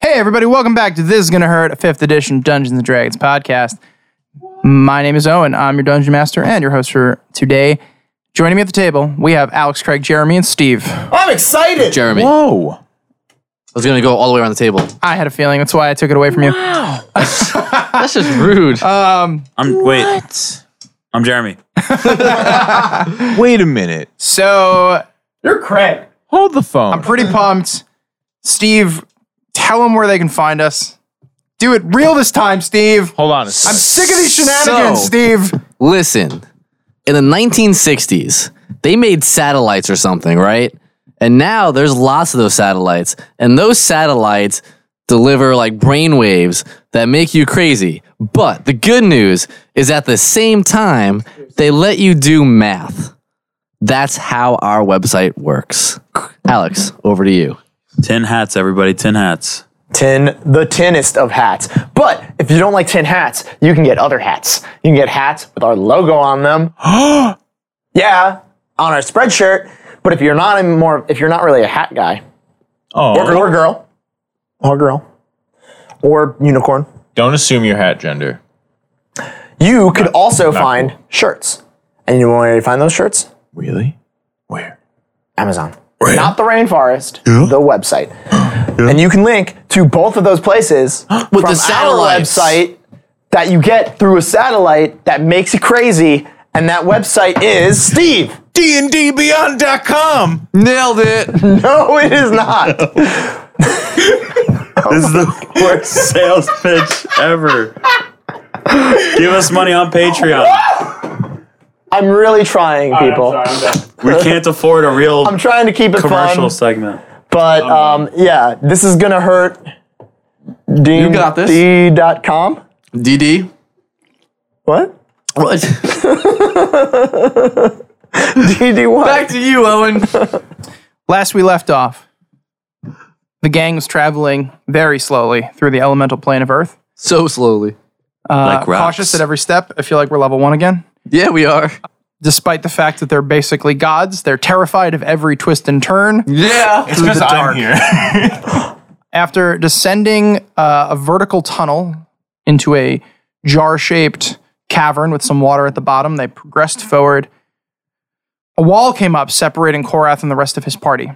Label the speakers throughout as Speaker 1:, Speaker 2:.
Speaker 1: Hey, everybody, welcome back to This Is Gonna Hurt, a fifth edition Dungeons and Dragons podcast. My name is Owen. I'm your dungeon master and your host for today. Joining me at the table, we have Alex, Craig, Jeremy, and Steve.
Speaker 2: I'm excited.
Speaker 3: Jeremy. I
Speaker 4: Whoa.
Speaker 3: was gonna go all the way around the table.
Speaker 1: I had a feeling that's why I took it away from you.
Speaker 3: That's just rude.
Speaker 4: I'm wait.
Speaker 5: I'm Jeremy.
Speaker 4: Wait a minute.
Speaker 1: So
Speaker 2: You're Craig.
Speaker 4: Hold the phone.
Speaker 1: I'm pretty pumped. Steve, tell them where they can find us. Do it real this time, Steve.
Speaker 5: Oh,
Speaker 4: Hold on. a sec.
Speaker 1: I'm sick of these shenanigans,
Speaker 3: So-
Speaker 1: Steve.
Speaker 3: Listen, in the 1960s, they made satellites or something, right? And now there's lots of those satellites, and those satellites deliver like brainwaves that make you crazy. But the good news is at the same time, they let you do math. That's how our website works. Alex, over to you.
Speaker 5: Tin hats, everybody. Tin hats.
Speaker 2: Tin, the tinnest of hats. But if you don't like tin hats, you can get other hats. You can get hats with our logo on them. yeah, on our spreadshirt. But if you're not a more, if you're not really a hat guy
Speaker 4: oh,
Speaker 2: or girl, or girl, or unicorn,
Speaker 4: don't assume your hat gender.
Speaker 2: you could also find shirts. And you know where you find those shirts?
Speaker 4: Really? Where?
Speaker 2: Amazon. Not the rainforest, the website. And you can link to both of those places
Speaker 3: With
Speaker 2: from
Speaker 3: the
Speaker 2: our
Speaker 3: satellites.
Speaker 2: website that you get through a satellite that makes you crazy. And that website is Steve.
Speaker 4: DndBeyond.com.
Speaker 3: Nailed it.
Speaker 2: No, it is not.
Speaker 5: This is the worst sales pitch ever. Give us money on Patreon.
Speaker 2: I'm really trying, people. I'm,
Speaker 5: We can't afford a real
Speaker 2: trying to keep it
Speaker 5: commercial
Speaker 2: fun.
Speaker 5: segment.
Speaker 2: But um, yeah, this is going to hurt. D-
Speaker 3: You got this.
Speaker 2: D.com?
Speaker 3: DD.
Speaker 2: What?
Speaker 3: What?
Speaker 2: D what?
Speaker 3: Back to you, Owen.
Speaker 1: Last we left off, the gang was traveling very slowly through the elemental plane of Earth.
Speaker 3: So slowly.
Speaker 5: like rocks.
Speaker 1: Cautious at every step. I feel like we're level one again.
Speaker 3: Yeah, we are.
Speaker 1: Despite the fact that they're basically gods, they're terrified of every twist and turn.
Speaker 3: Yeah.
Speaker 4: It's because I'm here.
Speaker 1: After descending uh, a vertical tunnel into a jar shaped cavern with some water at the bottom, they progressed forward. A wall came up separating Korath and the rest of his party.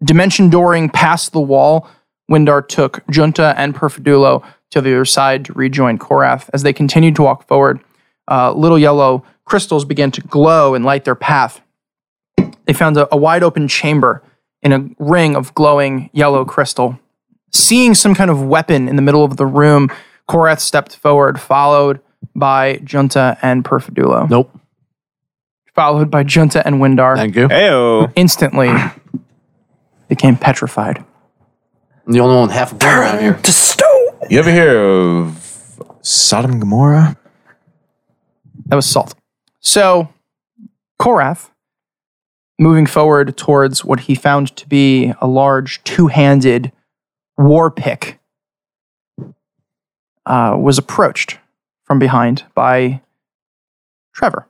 Speaker 1: Dimension dooring past the wall, Windar took Junta and Perfidulo to the other side to rejoin Korath. As they continued to walk forward, uh, little yellow crystals began to glow and light their path. They found a, a wide open chamber in a ring of glowing yellow crystal. Seeing some kind of weapon in the middle of the room, Korath stepped forward, followed by Junta and Perfidulo,
Speaker 3: Nope.
Speaker 1: followed by Junta and Windar
Speaker 3: Thank you.
Speaker 4: Heyo.
Speaker 1: instantly became petrified.
Speaker 3: The only one half a blood around here.
Speaker 4: You ever hear of Sodom and Gomorrah?
Speaker 1: That was salt. So, Korath, moving forward towards what he found to be a large two handed war pick, uh, was approached from behind by Trevor,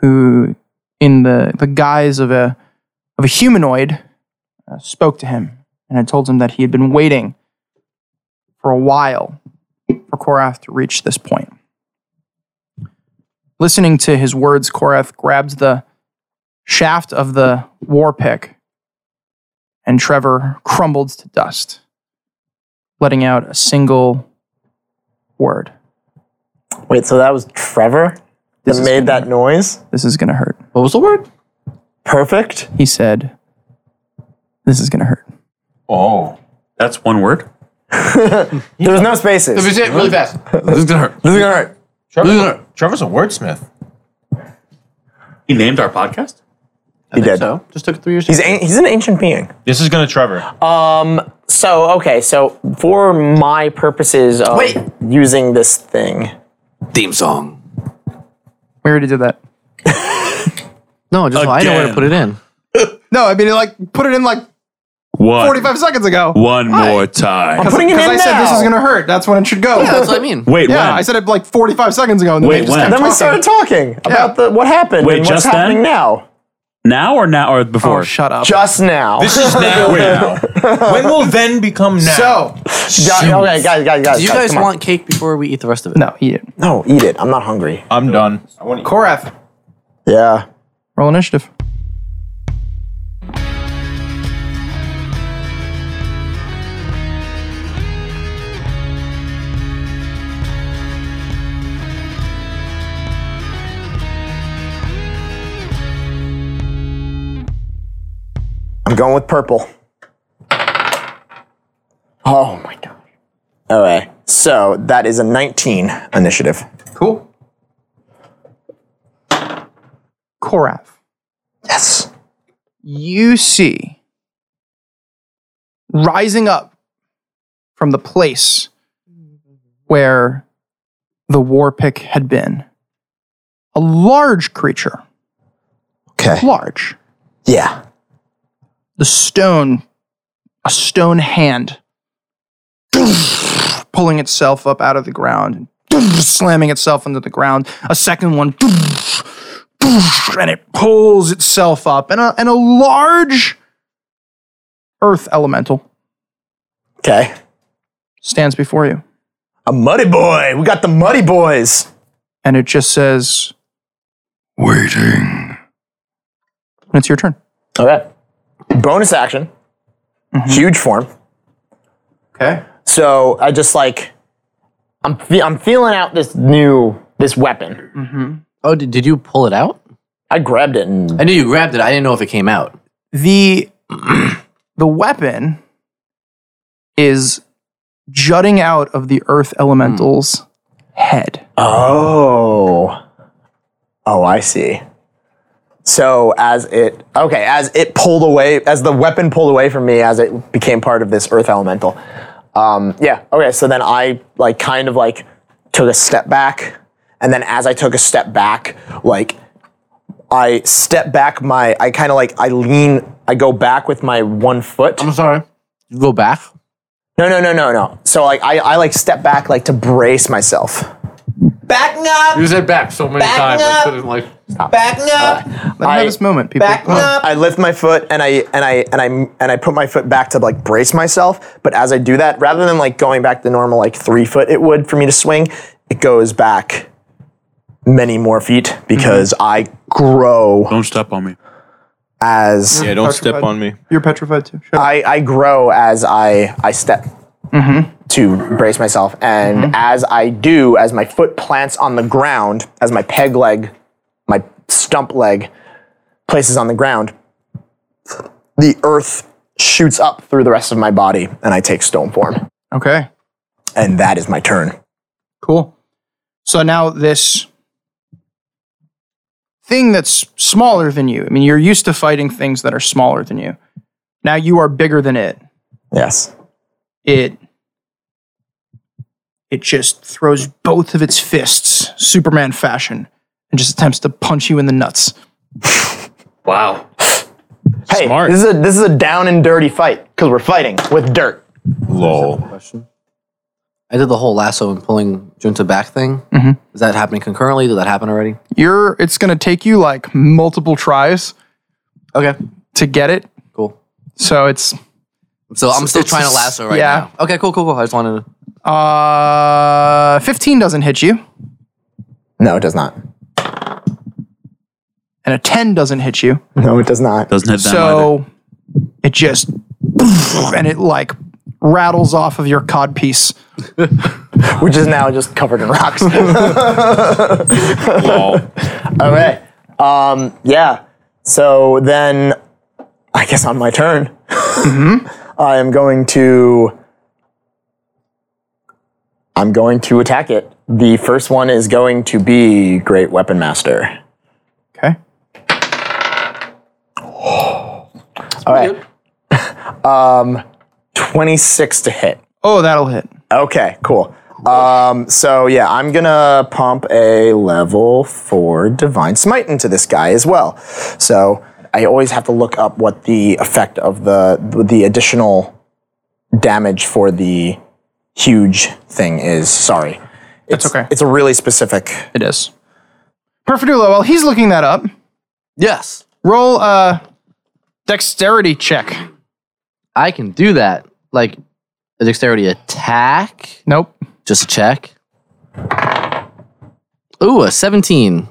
Speaker 1: who, in the, the guise of a, of a humanoid, uh, spoke to him and had told him that he had been waiting for a while for Korath to reach this point. Listening to his words, Korath grabbed the shaft of the war pick, and Trevor crumbled to dust, letting out a single word.
Speaker 2: Wait, so that was Trevor that
Speaker 1: is
Speaker 2: made that noise?
Speaker 1: This is going to hurt.
Speaker 3: What was the word?
Speaker 2: Perfect.
Speaker 1: He said, This is going to hurt.
Speaker 4: Oh.
Speaker 5: That's one word.
Speaker 2: There was no spaces. This
Speaker 3: it really fast. this is gonna hurt.
Speaker 2: is going to hurt.
Speaker 3: This is gonna hurt.
Speaker 4: Trevor's a wordsmith.
Speaker 5: He named our podcast.
Speaker 2: He did.
Speaker 3: So just took three years.
Speaker 2: He's, an, he's an ancient being.
Speaker 4: This is gonna Trevor.
Speaker 2: So, okay, so for my purposes of
Speaker 3: Wait.
Speaker 2: using this thing,
Speaker 3: theme song.
Speaker 1: We already did that.
Speaker 3: No, just I know where to
Speaker 5: Again.
Speaker 3: put it in.
Speaker 1: No, I mean, like, put it in like
Speaker 5: One.
Speaker 1: 45 seconds ago.
Speaker 5: One more time.
Speaker 2: I'm putting it in
Speaker 1: I said
Speaker 2: now.
Speaker 1: this is going to hurt. That's when it should go.
Speaker 3: That's what I mean.
Speaker 5: Wait,
Speaker 1: Yeah,
Speaker 5: when?
Speaker 1: I said it like 45 seconds ago. And then
Speaker 5: Wait,
Speaker 1: we just kept
Speaker 5: when?
Speaker 2: Then we
Speaker 1: talking.
Speaker 2: started talking about the, what happened
Speaker 5: Wait,
Speaker 2: and what's
Speaker 5: just then?
Speaker 2: happening now.
Speaker 5: Now or now or before?
Speaker 1: Oh, shut up.
Speaker 2: Just now.
Speaker 4: This is now. when will then become now?
Speaker 1: so,
Speaker 2: Yeah, okay, guys, guys, guys.
Speaker 3: Do you guys
Speaker 2: come on.
Speaker 3: want cake before we eat the rest of it?
Speaker 1: no, eat it.
Speaker 2: No, eat it. I'm not hungry.
Speaker 4: I'm done.
Speaker 1: Korath,
Speaker 2: Yeah.
Speaker 1: roll initiative.
Speaker 2: I'm going with purple. Oh my gosh. All right. So that is a 19 initiative.
Speaker 1: Cool. Korath,
Speaker 2: Yes.
Speaker 1: you see rising up from the place where the war pick had been a large creature,
Speaker 2: Okay.
Speaker 1: large.
Speaker 2: Yeah.
Speaker 1: the stone, a stone hand, pulling itself up out of the ground, slamming itself into the ground. A second one, and it pulls itself up, and a, and a large earth elemental
Speaker 2: Okay.
Speaker 1: stands before you.
Speaker 2: A muddy boy. We got the muddy boys.
Speaker 1: And it just says, Waiting. And it's your turn.
Speaker 2: Okay. Bonus action. Huge form.
Speaker 1: Okay.
Speaker 2: So I just like I'm fe- I'm feeling out this new this weapon.
Speaker 3: Oh, did, did you pull it out?
Speaker 2: I grabbed it and
Speaker 3: I knew you grabbed it. I didn't know if it came out.
Speaker 1: the the weapon is jutting out of the earth elemental's head.
Speaker 2: Oh. Oh, I see. So as it okay, as it pulled away, as the weapon pulled away from me, as it became part of this earth elemental. Um, yeah. Okay. So then I like kind of like took a step back, and then as I took a step back, like I step back my, I kind of like I lean, I go back with my one foot.
Speaker 3: sorry. You go back.
Speaker 2: No, no, no, no, no. So like I, I like step back like to brace myself. Backing up.
Speaker 6: You said back so many times. I couldn't like.
Speaker 2: Backing up.
Speaker 1: Let me have this moment, people. Come on.
Speaker 2: I lift my foot and I and I and I and I put my foot back to like brace myself. But as I do that, rather than like going back the normal like three foot it would for me to swing, it goes back many more feet because I grow
Speaker 5: Don't step on me.
Speaker 2: as
Speaker 4: Yeah, don't
Speaker 1: Petrified.
Speaker 4: step on me.
Speaker 1: You're petrified too. Shut up.
Speaker 2: I, I grow as I I step to brace myself, and as I do, as my foot plants on the ground, as my peg leg, my stump leg, places on the ground, the earth shoots up through the rest of my body, and I take stone form,
Speaker 1: Okay.
Speaker 2: and that is my turn.
Speaker 1: Cool. So now this thing that's smaller than you. I mean, you're used to fighting things that are smaller than you. Now you are bigger than it.
Speaker 2: Yes.
Speaker 1: it it just throws both of its fists superman fashion and just attempts to punch you in the nuts
Speaker 6: Wow.
Speaker 2: Hey,
Speaker 4: Smart.
Speaker 2: this is a this is a down and dirty fight because we're fighting with dirt.
Speaker 4: Lol.
Speaker 3: I did the whole lasso and pulling Junta back thing.
Speaker 1: Mhm.
Speaker 3: Is that happening concurrently? Did that happen already?
Speaker 1: you're it's going to take you like multiple tries
Speaker 3: Okay,
Speaker 1: to get it
Speaker 3: cool.
Speaker 1: so it's
Speaker 3: So I'm still
Speaker 1: it's
Speaker 3: trying to
Speaker 1: just-
Speaker 3: lasso right
Speaker 1: yeah.
Speaker 3: now. Okay, cool, cool, cool. I just wanted to.
Speaker 1: uh 15 doesn't hit you
Speaker 2: No, it does not.
Speaker 1: and a 10 doesn't hit you
Speaker 2: No, it does not.
Speaker 5: Doesn't hit them either.
Speaker 1: so it just and it like rattles off of your codpiece
Speaker 2: Which is now just covered in rocks.
Speaker 4: Lol.
Speaker 2: Okay. Um, yeah. So then, I guess on my turn, I am going to. I'm going to attack it. The first one is going to be Great Weapon Master.
Speaker 1: okay
Speaker 2: All right. um, 26 to hit.
Speaker 1: oh that'll hit
Speaker 2: Okay, cool. Um, so yeah, I'm gonna pump a level four divine smite into this guy as well. So I always have to look up what the effect of the the additional damage for the huge thing is. Sorry, it's
Speaker 1: okay.
Speaker 2: It's a really specific.
Speaker 1: it is perfidula while he's looking that up
Speaker 3: Yes.
Speaker 1: Roll a dexterity check.
Speaker 3: I can do that. Like a dexterity attack.
Speaker 1: Nope.
Speaker 3: Just check. Ooh, a 17.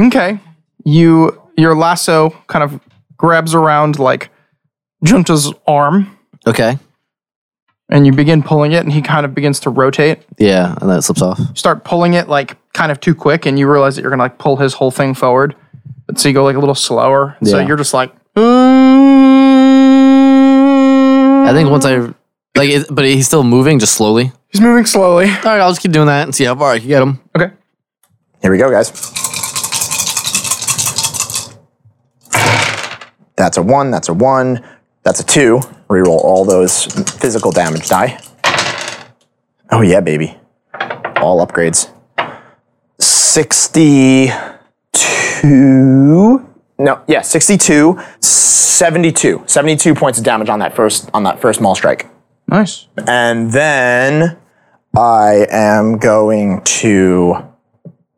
Speaker 1: Okay. You your lasso kind of grabs around like Junta's arm
Speaker 3: Okay.
Speaker 1: and you begin pulling it and he kind of begins to rotate.
Speaker 3: Yeah, and then it slips off.
Speaker 1: You start pulling it like kind of too quick and you realize that you're gonna like pull his whole thing forward. But so you go like a little slower. So
Speaker 3: Yeah.
Speaker 1: you're just like
Speaker 3: I think once I like, it, but he's still moving just slowly. All
Speaker 1: he's moving slowly.
Speaker 3: right, I'll just keep doing that and see how far I can get him.
Speaker 1: Okay.
Speaker 2: Here we go, guys. That's a one, that's a one, that's a two. Reroll all those physical damage die. Oh, yeah, baby. All upgrades. 62. No, yeah, 62, 72. 72 points of damage on that first on that first maul strike.
Speaker 1: Nice.
Speaker 2: And then I am going to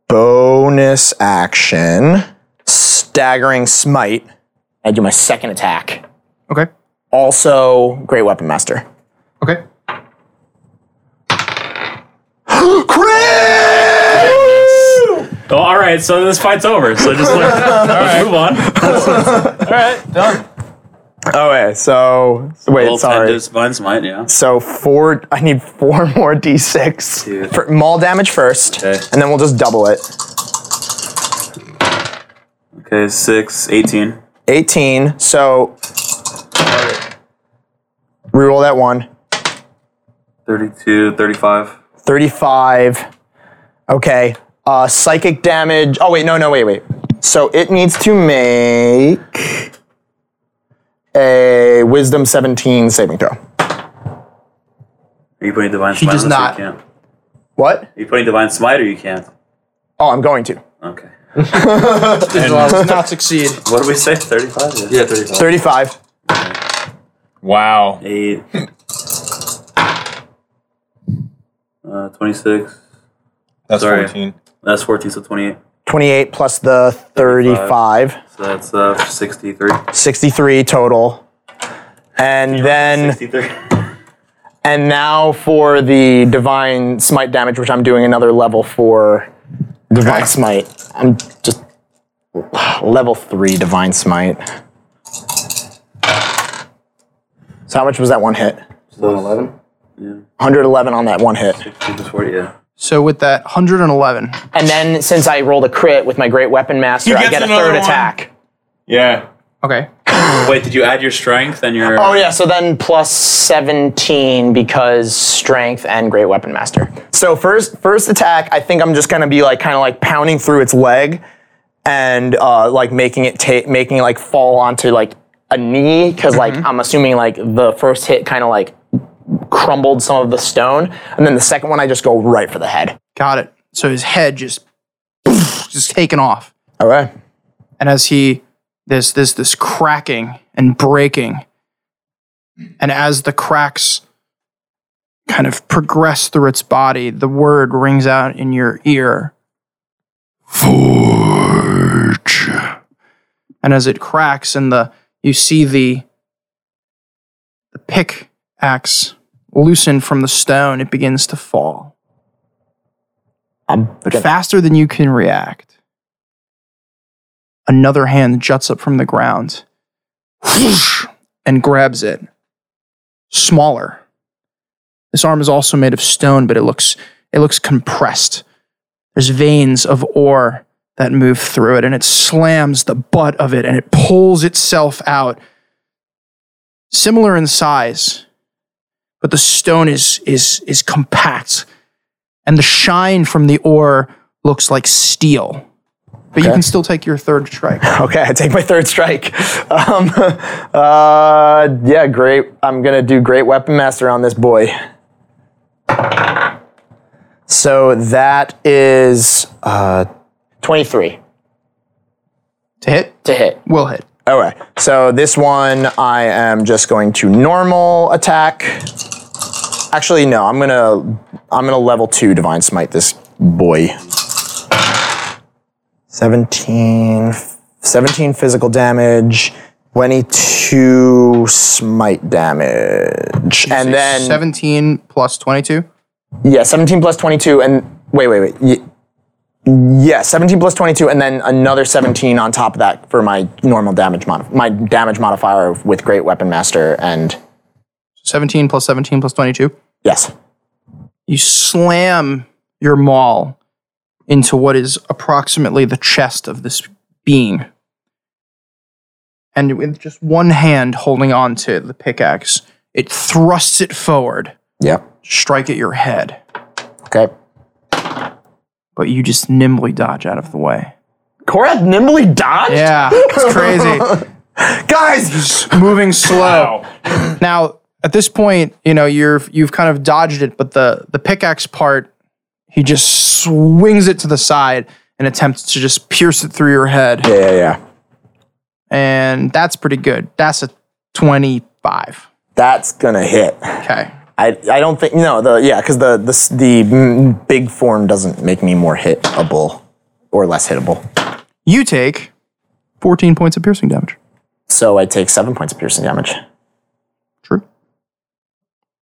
Speaker 2: bonus action staggering smite. I do my second attack.
Speaker 1: Okay.
Speaker 2: Also, great weapon master.
Speaker 1: Okay.
Speaker 2: Crit!
Speaker 5: Oh, all right. So this fight's over. So just like, let's move on.
Speaker 2: Okay, so wait,
Speaker 5: Well,
Speaker 2: sorry.
Speaker 5: tendus, vine smite, yeah.
Speaker 2: So four. I need four more d6.
Speaker 5: Dude.
Speaker 2: For maul damage first,
Speaker 5: Okay.
Speaker 2: and then we'll just double it.
Speaker 5: Okay, six, 18.
Speaker 2: 18. So reroll that one.
Speaker 5: 32, 35.
Speaker 2: 35. Okay. Uh, psychic damage. Oh, wait, no, no, wait, wait. So it needs to make a wisdom 17 saving throw.
Speaker 5: Are you putting divine smite?
Speaker 1: does
Speaker 5: on this or
Speaker 1: not.
Speaker 5: You can't?
Speaker 2: What?
Speaker 5: Are you putting divine smite or you can't?
Speaker 2: Oh, I'm going to.
Speaker 5: Okay.
Speaker 1: Does not succeed.
Speaker 5: What do we say? 35? Yeah.
Speaker 6: Yeah, 35.
Speaker 2: 35.
Speaker 4: Wow.
Speaker 5: Eight. Uh, 26.
Speaker 4: That's
Speaker 5: Sorry.
Speaker 4: 14.
Speaker 5: That's 14, so 28.
Speaker 2: 28 plus the 35.
Speaker 5: So that's uh, 63.
Speaker 2: 63 total. And then,
Speaker 5: 63.
Speaker 2: and now for the divine smite damage, which I'm doing another level for divine smite. I'm just level three divine smite. So how much was that one hit?
Speaker 6: 111.
Speaker 2: 111 on that one hit.
Speaker 5: 60 to 40, yeah.
Speaker 1: So with that 111,
Speaker 2: And then since I rolled a crit with my great weapon master, I
Speaker 4: gets
Speaker 2: get a
Speaker 4: another
Speaker 2: third
Speaker 4: one.
Speaker 2: attack.
Speaker 4: Yeah.
Speaker 1: okay,
Speaker 5: Wait, did you add your strength and your.
Speaker 2: Oh yeah, so then plus 17 because strength and great weapon master. So first first attack, I think I'm just gonna be like kind of like pounding through its leg and uh, like making it take making it, like fall onto like a knee because like I'm assuming like the first hit kind of like crumbled some of the stone, and then the second one I just go right for the head.
Speaker 1: got it. So his head just just taken off.
Speaker 2: All right.
Speaker 1: and as he this this this cracking and breaking and as the cracks kind of progress through its body the word rings out in your ear forge and as it cracks and the you see the the pickaxe loosen from the stone it begins to fall
Speaker 2: I'm
Speaker 1: but faster than you can react. Another hand juts up from the ground whoosh, and grabs it. Smaller. This arm is also made of stone, but it looks it looks compressed. There's veins of ore that move through it, and it slams the butt of it and it pulls itself out. Similar in size, but the stone is is is compact and the shine from the ore looks like steel. But you can still take your third strike.
Speaker 2: Okay, I take my third strike. Um, uh, yeah, great. I'm gonna do great weapon master on this boy. So that is uh, 23
Speaker 1: To hit?
Speaker 2: to hit.
Speaker 1: Will hit.
Speaker 2: Okay, so this one I am just going to normal attack. Actually, no, I'm gonna I'm gonna level two divine smite this boy. 17, 17 physical damage, 22 smite damage. And then
Speaker 1: 17 plus 22.
Speaker 2: yeah, 17 plus 22 and wait, wait, wait. Ye- yeah, 17 plus 22 and then another 17 on top of that for my normal damage mod my damage modifier with great weapon master and
Speaker 1: 17 plus 17 plus 22.
Speaker 2: yes.
Speaker 1: You slam your maul into what is approximately the chest of this being. And with just one hand holding on to the pickaxe, it thrusts it forward,
Speaker 2: Yep.
Speaker 1: strike at your head,
Speaker 2: Okay.
Speaker 1: but you just nimbly dodge out of the way.
Speaker 2: Korath nimbly dodged?
Speaker 1: Yeah, it's crazy.
Speaker 2: Guys,
Speaker 1: moving slow. Now, at this point, you know you're you've kind of dodged it, but the the pickaxe part, he just swings it to the side and attempts to just pierce it through your head,
Speaker 2: Yeah, yeah, yeah.
Speaker 1: and that's pretty good. That's a twenty-five.
Speaker 2: That's gonna hit.
Speaker 1: Okay,
Speaker 2: I, I don't think no the yeah because the the s- the mm, big form doesn't make me more hitable or less hittable.
Speaker 1: you take fourteen points of piercing damage.
Speaker 2: So I take seven points of piercing damage.
Speaker 1: True.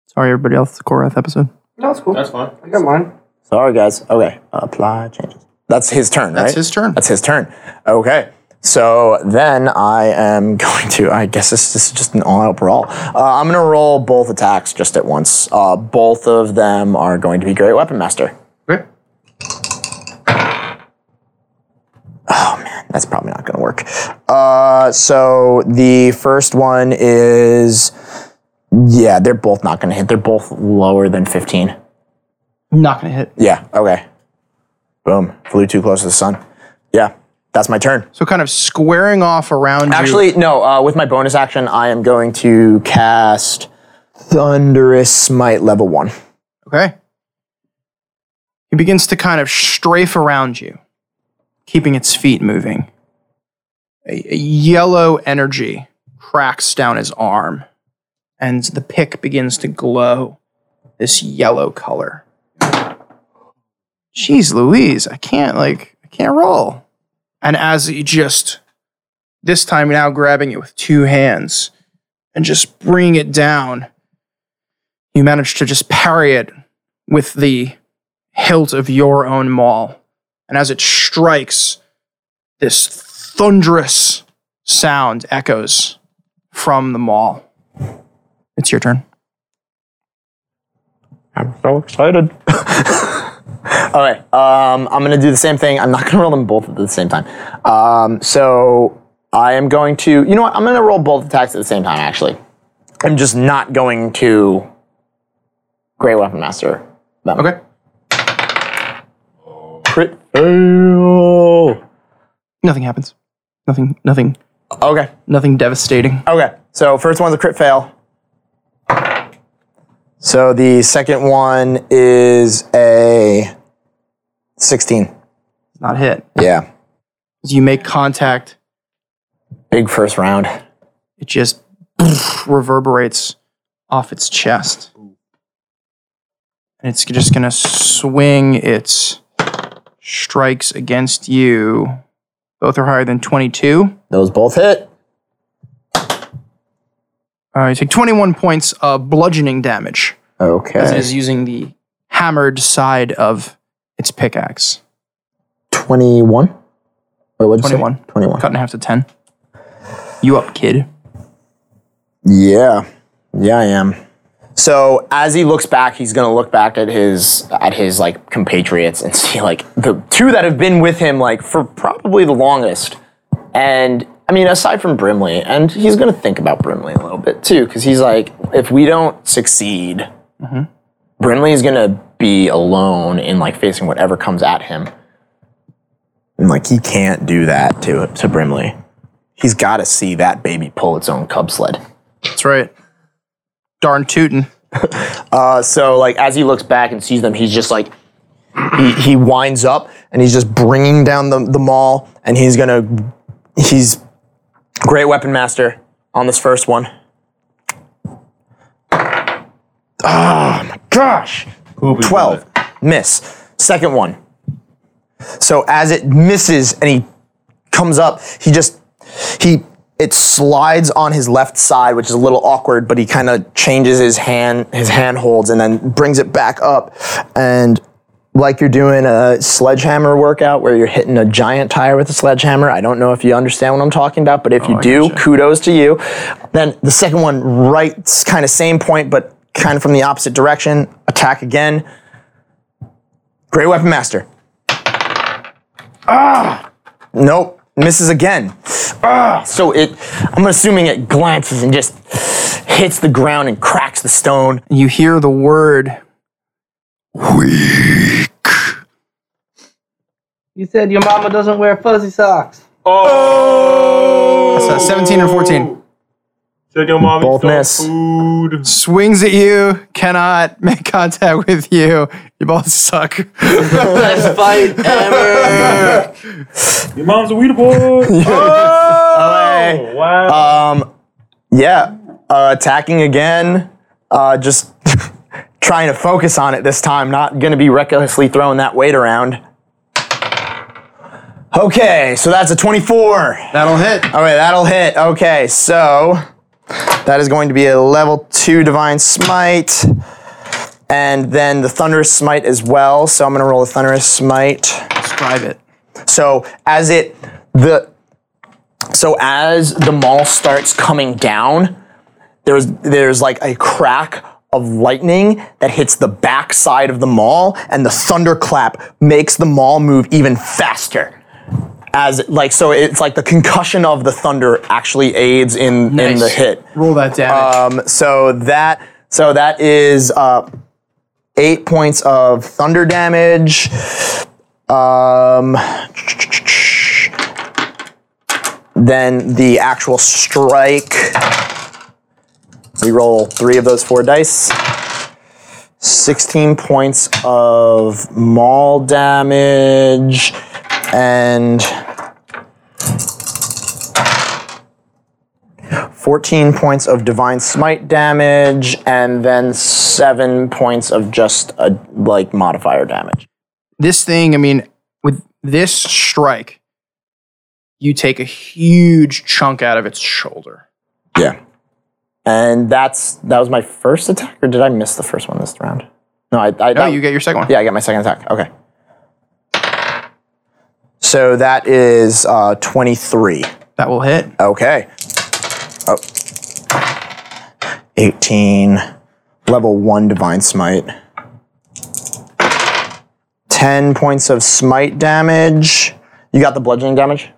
Speaker 1: Sorry, everybody else. The Korath episode.
Speaker 6: That's fine.
Speaker 7: I got mine.
Speaker 2: Sorry guys. Okay, apply changes. That's his turn, right?
Speaker 1: That's his turn.
Speaker 2: That's his turn. Okay. So then I am going to. I guess this, this is just an all-out brawl. Uh, I'm going to roll both attacks just at once. Uh, both of them are going to be great weapon master.
Speaker 6: Okay.
Speaker 2: Oh, That's probably not going to work. Uh, so the first one is, yeah, they're both not going to hit. They're both lower than 15.
Speaker 1: Not gonna hit.
Speaker 2: Yeah. Okay. Boom. Flew too close to the sun. Yeah. That's my turn.
Speaker 1: So kind of squaring off around you.
Speaker 2: Actually, no. Uh, with my bonus action, I am going to cast Thunderous Smite level one.
Speaker 1: Okay. He begins to kind of strafe around you, keeping its feet moving. A, a yellow energy cracks down his arm, and the pick begins to glow this yellow color. Jeez Louise, I can't, like, I can't roll. And as he just, this time now grabbing it with two hands and just bringing it down you manage to just parry it with the hilt of your own maul. And as it strikes, this thunderous sound echoes from the maul. It's your turn.
Speaker 2: I'm so excited. All right. Um, I'm going to do the same thing. I'm not going to roll them both at the same time. Um, so I am going to, you know what? I'm going to roll both attacks at the same time, actually. I'm just not going to Great Weapon Master. them.
Speaker 1: Okay.
Speaker 2: Crit fail.
Speaker 1: Nothing happens. Nothing, nothing,
Speaker 2: Okay.
Speaker 1: nothing devastating.
Speaker 2: Okay. So first one's a crit fail. So the second one is a 16.
Speaker 1: It's not hit.
Speaker 2: Yeah.
Speaker 1: As you make contact,
Speaker 2: Big first round.
Speaker 1: it just reverberates off its chest. And it's just going to swing its strikes against you. Both are higher than 22.
Speaker 2: Those both hit.
Speaker 1: All right, Uh, take 21 points of bludgeoning damage as it
Speaker 2: Okay.
Speaker 1: is using the hammered side of its pickaxe.
Speaker 2: 21. Wait, what'd you say?
Speaker 1: 21.
Speaker 2: 21.
Speaker 1: Cut in half to 10. You up, kid.
Speaker 2: Yeah. Yeah, I am. So as he looks back, he's gonna look back at his at his like compatriots and see like the two that have been with him like for probably the longest. And I mean, aside from Brimley, and he's gonna think about Brimley a little bit too, because he's like, if we don't succeed, Mm-hmm. Brimley is gonna be alone in like facing whatever comes at him. And like he can't do that to to Brimley. He's gotta see that baby pull its own cub sled.
Speaker 1: That's right. Darn tootin'.
Speaker 2: Uh, so like as he looks back and sees them, he's just like he, he winds up and he's just bringing down the, the mall and he's gonna he's great weapon master on this first one. Oh my gosh! Twelve miss second one. So as it misses and he comes up. He just he it slides on his left side, which is a little awkward, but he kind of changes his hand his hand holds and then brings it back up and like you're doing a sledgehammer workout where you're hitting a giant tire with a sledgehammer. I don't know if you understand what I'm talking about, but if you do, kudos to you. Then the second one, right, kind of same point, but kind of from the opposite direction. Attack again. Great weapon master. Ah, nope, misses again. Ah, so it. I'm assuming it glances and just hits the ground and cracks the stone.
Speaker 1: You hear the word
Speaker 7: You said your mama doesn't wear fuzzy socks.
Speaker 4: Oh.
Speaker 1: That's a 17 and 14.
Speaker 5: Said your mommy
Speaker 2: Both
Speaker 5: stole
Speaker 2: miss.
Speaker 5: food.
Speaker 1: Swings at you, cannot make contact with you. You both suck.
Speaker 3: Best fight ever.
Speaker 5: Your mom's a weed boy.
Speaker 2: Hey.
Speaker 5: Oh, wow.
Speaker 2: Um, yeah, uh, attacking again. Uh, just trying to focus on it this time. Not going to be recklessly throwing that weight around. Okay, so that's a 24.
Speaker 1: That'll hit.
Speaker 2: All right, that'll hit. Okay, so that is going to be a level two divine smite, and then the thunderous smite as well. So I'm going to roll a thunderous smite.
Speaker 1: Describe it.
Speaker 2: So as it the so as the mall starts coming down, there's there's like a crack of lightning that hits the back side of the mall, and the thunderclap makes the mall move even faster. As like so, it's like the concussion of the thunder actually aids in in the
Speaker 1: Nice.
Speaker 2: hit.
Speaker 1: Roll that damage.
Speaker 2: Um, so that so that is uh, eight points of thunder damage. Um, then the actual strike. We roll three of those four dice. 16 points of maul damage and 14 points of divine smite damage and then 7 points of just a like modifier damage.
Speaker 1: this thing, I mean, with this strike, you take a huge chunk out of its shoulder.
Speaker 2: Yeah. And that's that was my first attack or did I miss the first one this round? No, I I
Speaker 1: No,
Speaker 2: that-
Speaker 1: Oh, you get your second one.
Speaker 2: Yeah, I got my second attack. Okay. So that is uh, 23.
Speaker 1: That will hit.
Speaker 2: Okay. Oh. 18. Level 1 Divine Smite. 10 points of smite damage. You got the bludgeoning damage?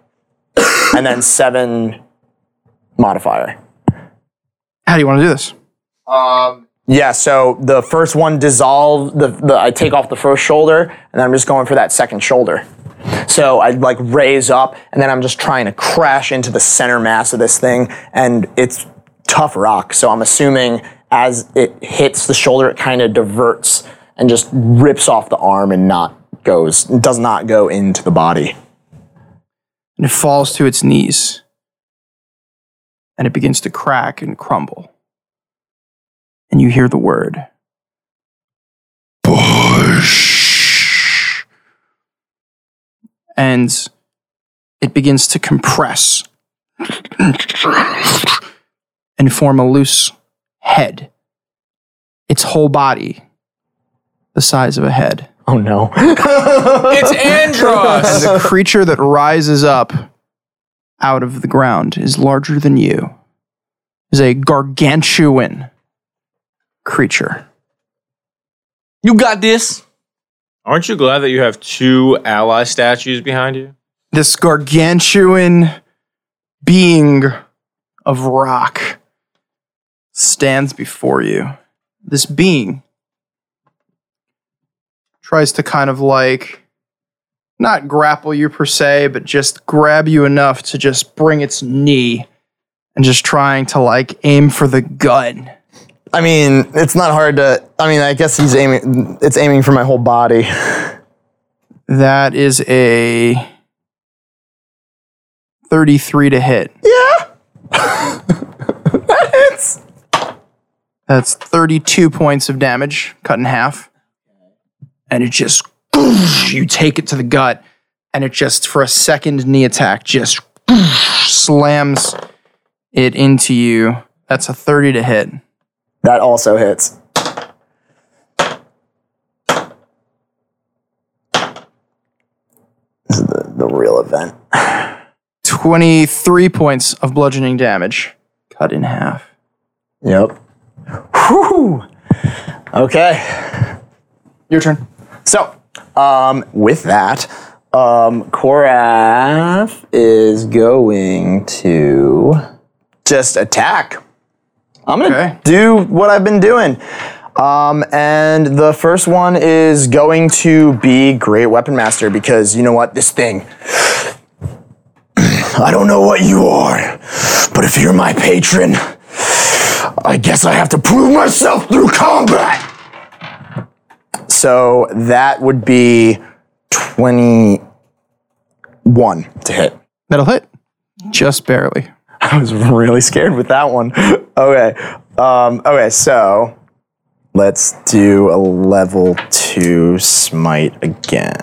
Speaker 2: and then 7 modifier.
Speaker 1: How do you want to do this?
Speaker 2: Yeah, so the first one dissolve the, the I take off the first shoulder and I'm just going for that second shoulder. So I like raise up and then I'm just trying to crash into the center mass of this thing and it's tough rock. So I'm assuming as it hits the shoulder it kind of diverts and just rips off the arm and not goes does not go into the body.
Speaker 1: And it falls to its knees. And it begins to crack and crumble. And you hear the word. Push. And it begins to compress and form a loose head. Its whole body, the size of a head.
Speaker 2: Oh no.
Speaker 8: It's
Speaker 1: And
Speaker 8: Andros.
Speaker 1: the creature that rises up out of the ground is larger than you. Is a gargantuan creature.
Speaker 3: You got this.
Speaker 4: Aren't you glad that you have two ally statues behind you?
Speaker 1: This gargantuan being of rock stands before you. This being tries to kind of like not grapple you per se, but just grab you enough to just bring its knee and just trying to like aim for the gun.
Speaker 2: I mean, it's not hard to I mean, I guess he's aiming it's aiming for my whole body.
Speaker 1: That is a 33 to hit. Yeah. That's 32 points of damage, cut in half. And it just, you take it to the gut, and it just for a second knee attack just slams it into you. That's a 30 to hit.
Speaker 2: That also hits. This is the, the real event.
Speaker 1: 23 points of bludgeoning damage. Cut in half.
Speaker 2: Yep. Whew. Okay.
Speaker 1: Your turn.
Speaker 2: So, um, with that, um, Korath is going to just attack. I'm gonna
Speaker 1: Okay.
Speaker 2: do what I've been doing. Um, and the first one is going to be Great Weapon Master because you know what? This thing. I don't know what you are, but if you're my patron, I guess I have to prove myself through combat. So that would be 21 to hit.
Speaker 1: That'll hit. Just barely.
Speaker 2: I was really scared with that one. okay. Um, okay, so let's do a level two smite again.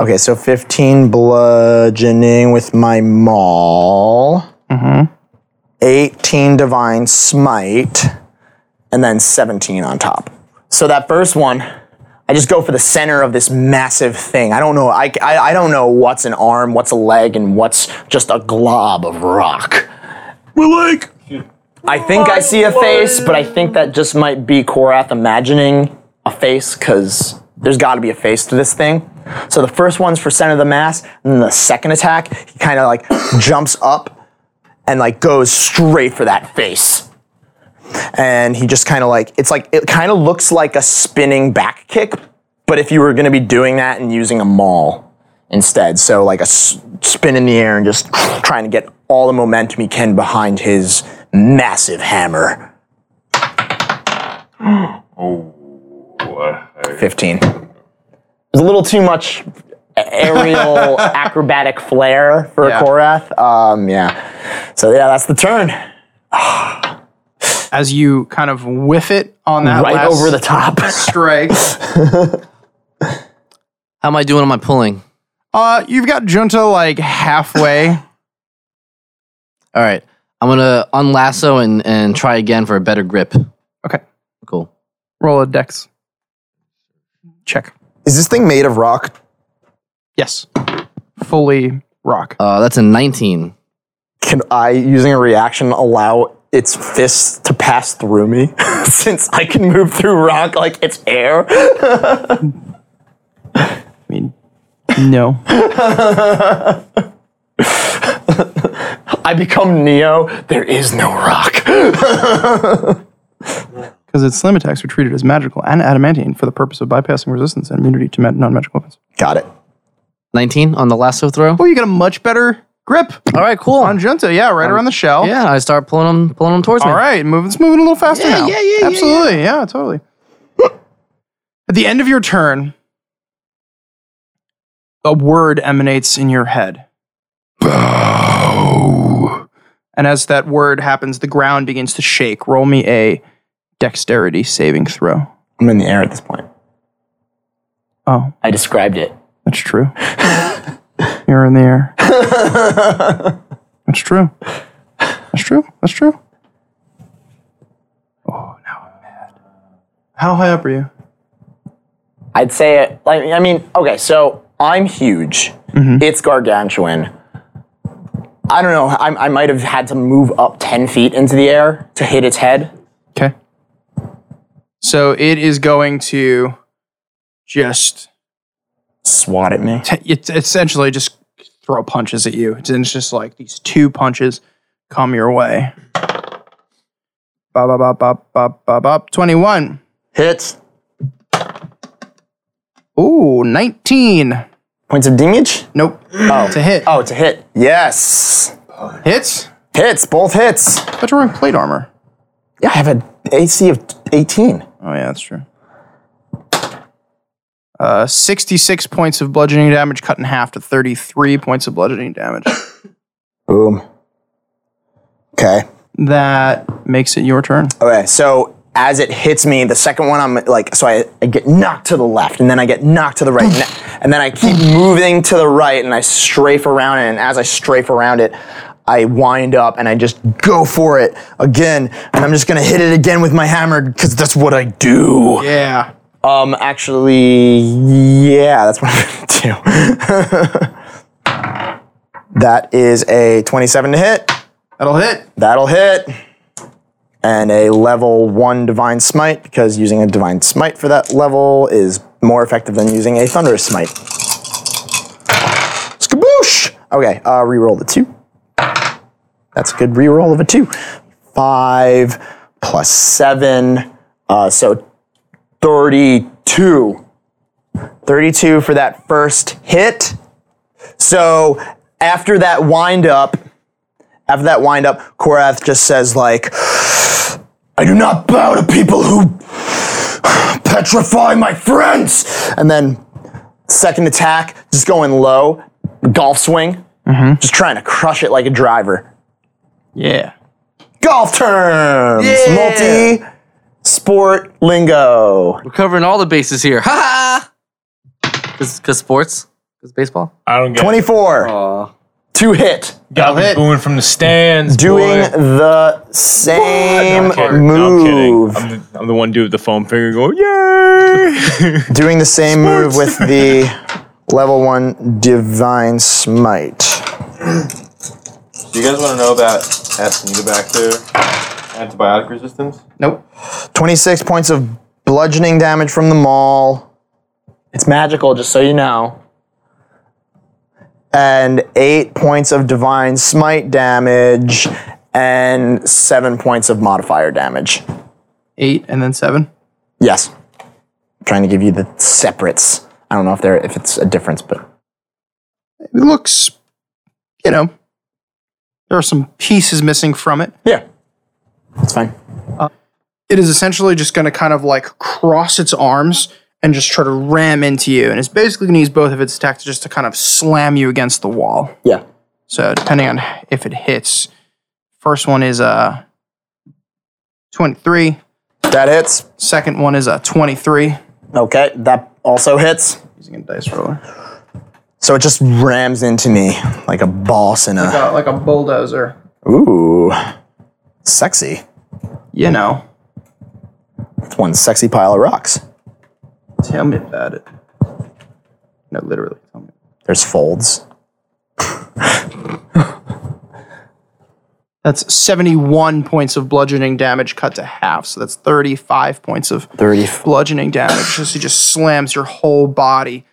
Speaker 2: Okay, so 15 bludgeoning with my maul, 18 divine smite, and then 17 on top. So that first one, I just go for the center of this massive thing. I don't know. I, I, I don't know what's an arm, what's a leg, and what's just a glob of rock. My leg. I think I see a face, but I think that just might be Korath imagining a face because there's got to be a face to this thing. So the first one's for center of the mass, and then the second attack, he kind of like jumps up and like goes straight for that face and he just kind of like it's like it kind of looks like a spinning back kick, but if you were going to be doing that and using a maul instead, so like a s- spin in the air and just trying to get all the momentum he can behind his massive hammer. Fifteen. It was a little too much aerial acrobatic flair for
Speaker 1: Yeah.
Speaker 2: Korath. Um, yeah. So yeah, that's the turn.
Speaker 1: As you kind of whiff it on that
Speaker 2: Right
Speaker 1: last
Speaker 2: over the top.
Speaker 1: strike,
Speaker 3: How am I doing on my pulling?
Speaker 1: uh, you've got Junta like halfway.
Speaker 3: All right. I'm going to unlasso and, and try again for a better grip.
Speaker 1: Okay.
Speaker 3: Cool.
Speaker 1: Roll a dex. Check.
Speaker 2: Is this thing made of rock?
Speaker 1: Yes. Fully rock.
Speaker 3: Uh, that's a 19.
Speaker 2: Can I, using a reaction, allow its fists to pass through me? Since I can move through rock like it's air.
Speaker 1: I mean, no.
Speaker 2: I become Neo. There is no rock.
Speaker 1: Because its slam attacks are treated as magical and adamantine for the purpose of bypassing resistance and immunity to ma- non magical weapons.
Speaker 2: Got it.
Speaker 3: 19 on the lasso throw.
Speaker 1: Oh, you got a much better grip
Speaker 3: All right, cool.
Speaker 1: on Junta. Yeah, right around the shell.
Speaker 3: yeah, I start pulling them, pulling them towards
Speaker 1: All
Speaker 3: me.
Speaker 1: right, moving. It's moving a little faster now.
Speaker 3: yeah, yeah, yeah,
Speaker 1: Absolutely. Yeah, totally. At the end of your turn, a word emanates in your head. Bow. And as that word happens, the ground begins to shake. Roll me a dexterity saving throw.
Speaker 2: I'm in the air at this point.
Speaker 1: Oh,
Speaker 2: I described it.
Speaker 1: that's true. You're in the air. That's true. That's true. That's true. Oh, now I'm mad. How high up are you?
Speaker 2: I'd say it. Like, I mean, okay, so I'm huge. It's gargantuan. I don't know. I, I might have had to move up 10 feet into the air to hit its head.
Speaker 1: Okay. So it is going to just
Speaker 2: Swat at me.
Speaker 1: t- it's essentially just throw punches at you. It's, it's just like these two punches come your way. Bop, bop, bop, bop, bop, bop, bop. 21.
Speaker 2: Hits.
Speaker 1: Ooh, 19.
Speaker 2: Points of damage?
Speaker 1: Nope. Oh. To hit.
Speaker 2: Oh, it's a hit. Yes.
Speaker 1: Hits?
Speaker 2: Hits, both hits.
Speaker 1: But you're wearing plate armor.
Speaker 2: Yeah, I have an AC of 18.
Speaker 1: Oh, yeah, that's true. Uh, 66 points of bludgeoning damage cut in half to 33 points of bludgeoning damage.
Speaker 2: Boom. Okay.
Speaker 1: that makes it your turn.
Speaker 2: Okay, so as it hits me, the second one I'm like, so I, I get knocked to the left, and then I get knocked to the right, and, th- and then I keep moving to the right, and I strafe around it, and as I strafe around it, I wind up and I just go for it again, and I'm just gonna hit it again with my hammer because that's what I do.
Speaker 1: Yeah.
Speaker 2: Um, actually, yeah, that's what I'm gonna do. that is a 27 to hit.
Speaker 1: That'll hit.
Speaker 2: That'll hit. And a level one divine smite, because using a divine smite for that level is more effective than using a thunderous smite. Skaboosh! Okay, uh, reroll the two. That's a good reroll of a two. Five plus seven, uh, so 32. 32 for that first hit. So after that wind up, after that wind up, Korath just says like, "I do not bow to people who petrify my friends." And then second attack, just going low, golf swing,
Speaker 4: Mm-hmm.
Speaker 2: just trying to crush it like a driver.
Speaker 1: Yeah.
Speaker 2: Golf terms, multi sport lingo.
Speaker 3: We're covering all the bases here. Ha ha! Because sports? Because baseball?
Speaker 4: I don't get
Speaker 2: Twenty four,
Speaker 3: Aw.
Speaker 2: two hit,
Speaker 4: Got me booing from the stands.
Speaker 2: doing
Speaker 4: boy.
Speaker 2: the same
Speaker 4: I'm kidding.
Speaker 2: move.
Speaker 4: I'm, kidding. I'm the, I'm the one dude with the foam finger going, yay!
Speaker 2: doing the same move with the level one divine smite.
Speaker 8: Do you guys want to know about Acinetobacter antibiotic resistance?
Speaker 1: Nope.
Speaker 2: 26 points of bludgeoning damage from the maul. It's magical, just so you know. And eight points of divine smite damage and seven points of modifier damage.
Speaker 1: Eight and then seven.
Speaker 2: Yes. I'm trying to give you the separates. I don't know if there if it's a difference, but
Speaker 1: It looks, you know, there are some pieces missing from it.
Speaker 2: yeah. That's fine.
Speaker 1: It is essentially just going to kind of like cross its arms and just try to ram into you. And it's basically going to use both of its attacks just to kind of slam you against the wall.
Speaker 2: Yeah.
Speaker 1: So depending on if it hits, first one is uh, a 23.
Speaker 2: That hits.
Speaker 1: Second one is a 23.
Speaker 2: Okay, that also hits.
Speaker 1: Using a dice roller.
Speaker 2: So it just rams into me like a boss in a.
Speaker 1: Got like a bulldozer.
Speaker 2: Ooh. Sexy.
Speaker 1: You know.
Speaker 2: That's one sexy pile of rocks.
Speaker 1: Tell me about it. No, literally. Tell me.
Speaker 2: There's folds.
Speaker 1: That's 71 points of bludgeoning damage cut to half. So that's 35 points of
Speaker 2: 30.
Speaker 1: bludgeoning damage as he just slams your whole body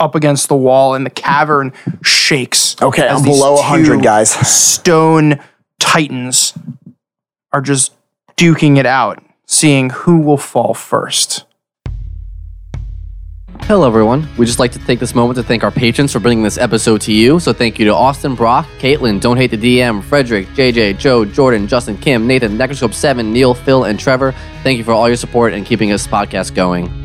Speaker 1: up against the wall and the cavern shakes.
Speaker 2: Okay,
Speaker 1: as
Speaker 2: I'm
Speaker 1: these
Speaker 2: below 100,
Speaker 1: two
Speaker 2: guys.
Speaker 1: Stone titans are just duking it out, seeing who will fall first.
Speaker 3: Hello, everyone. We'd just like to take this moment to thank our patrons for bringing this episode to you. So, thank you to Austin, Brock, Caitlin, Don't Hate the DM, Frederick, JJ, Joe, Jordan, Justin, Kim, Nathan, Necroscope7, Neil, Phil, and Trevor. Thank you for all your support and keeping this podcast going.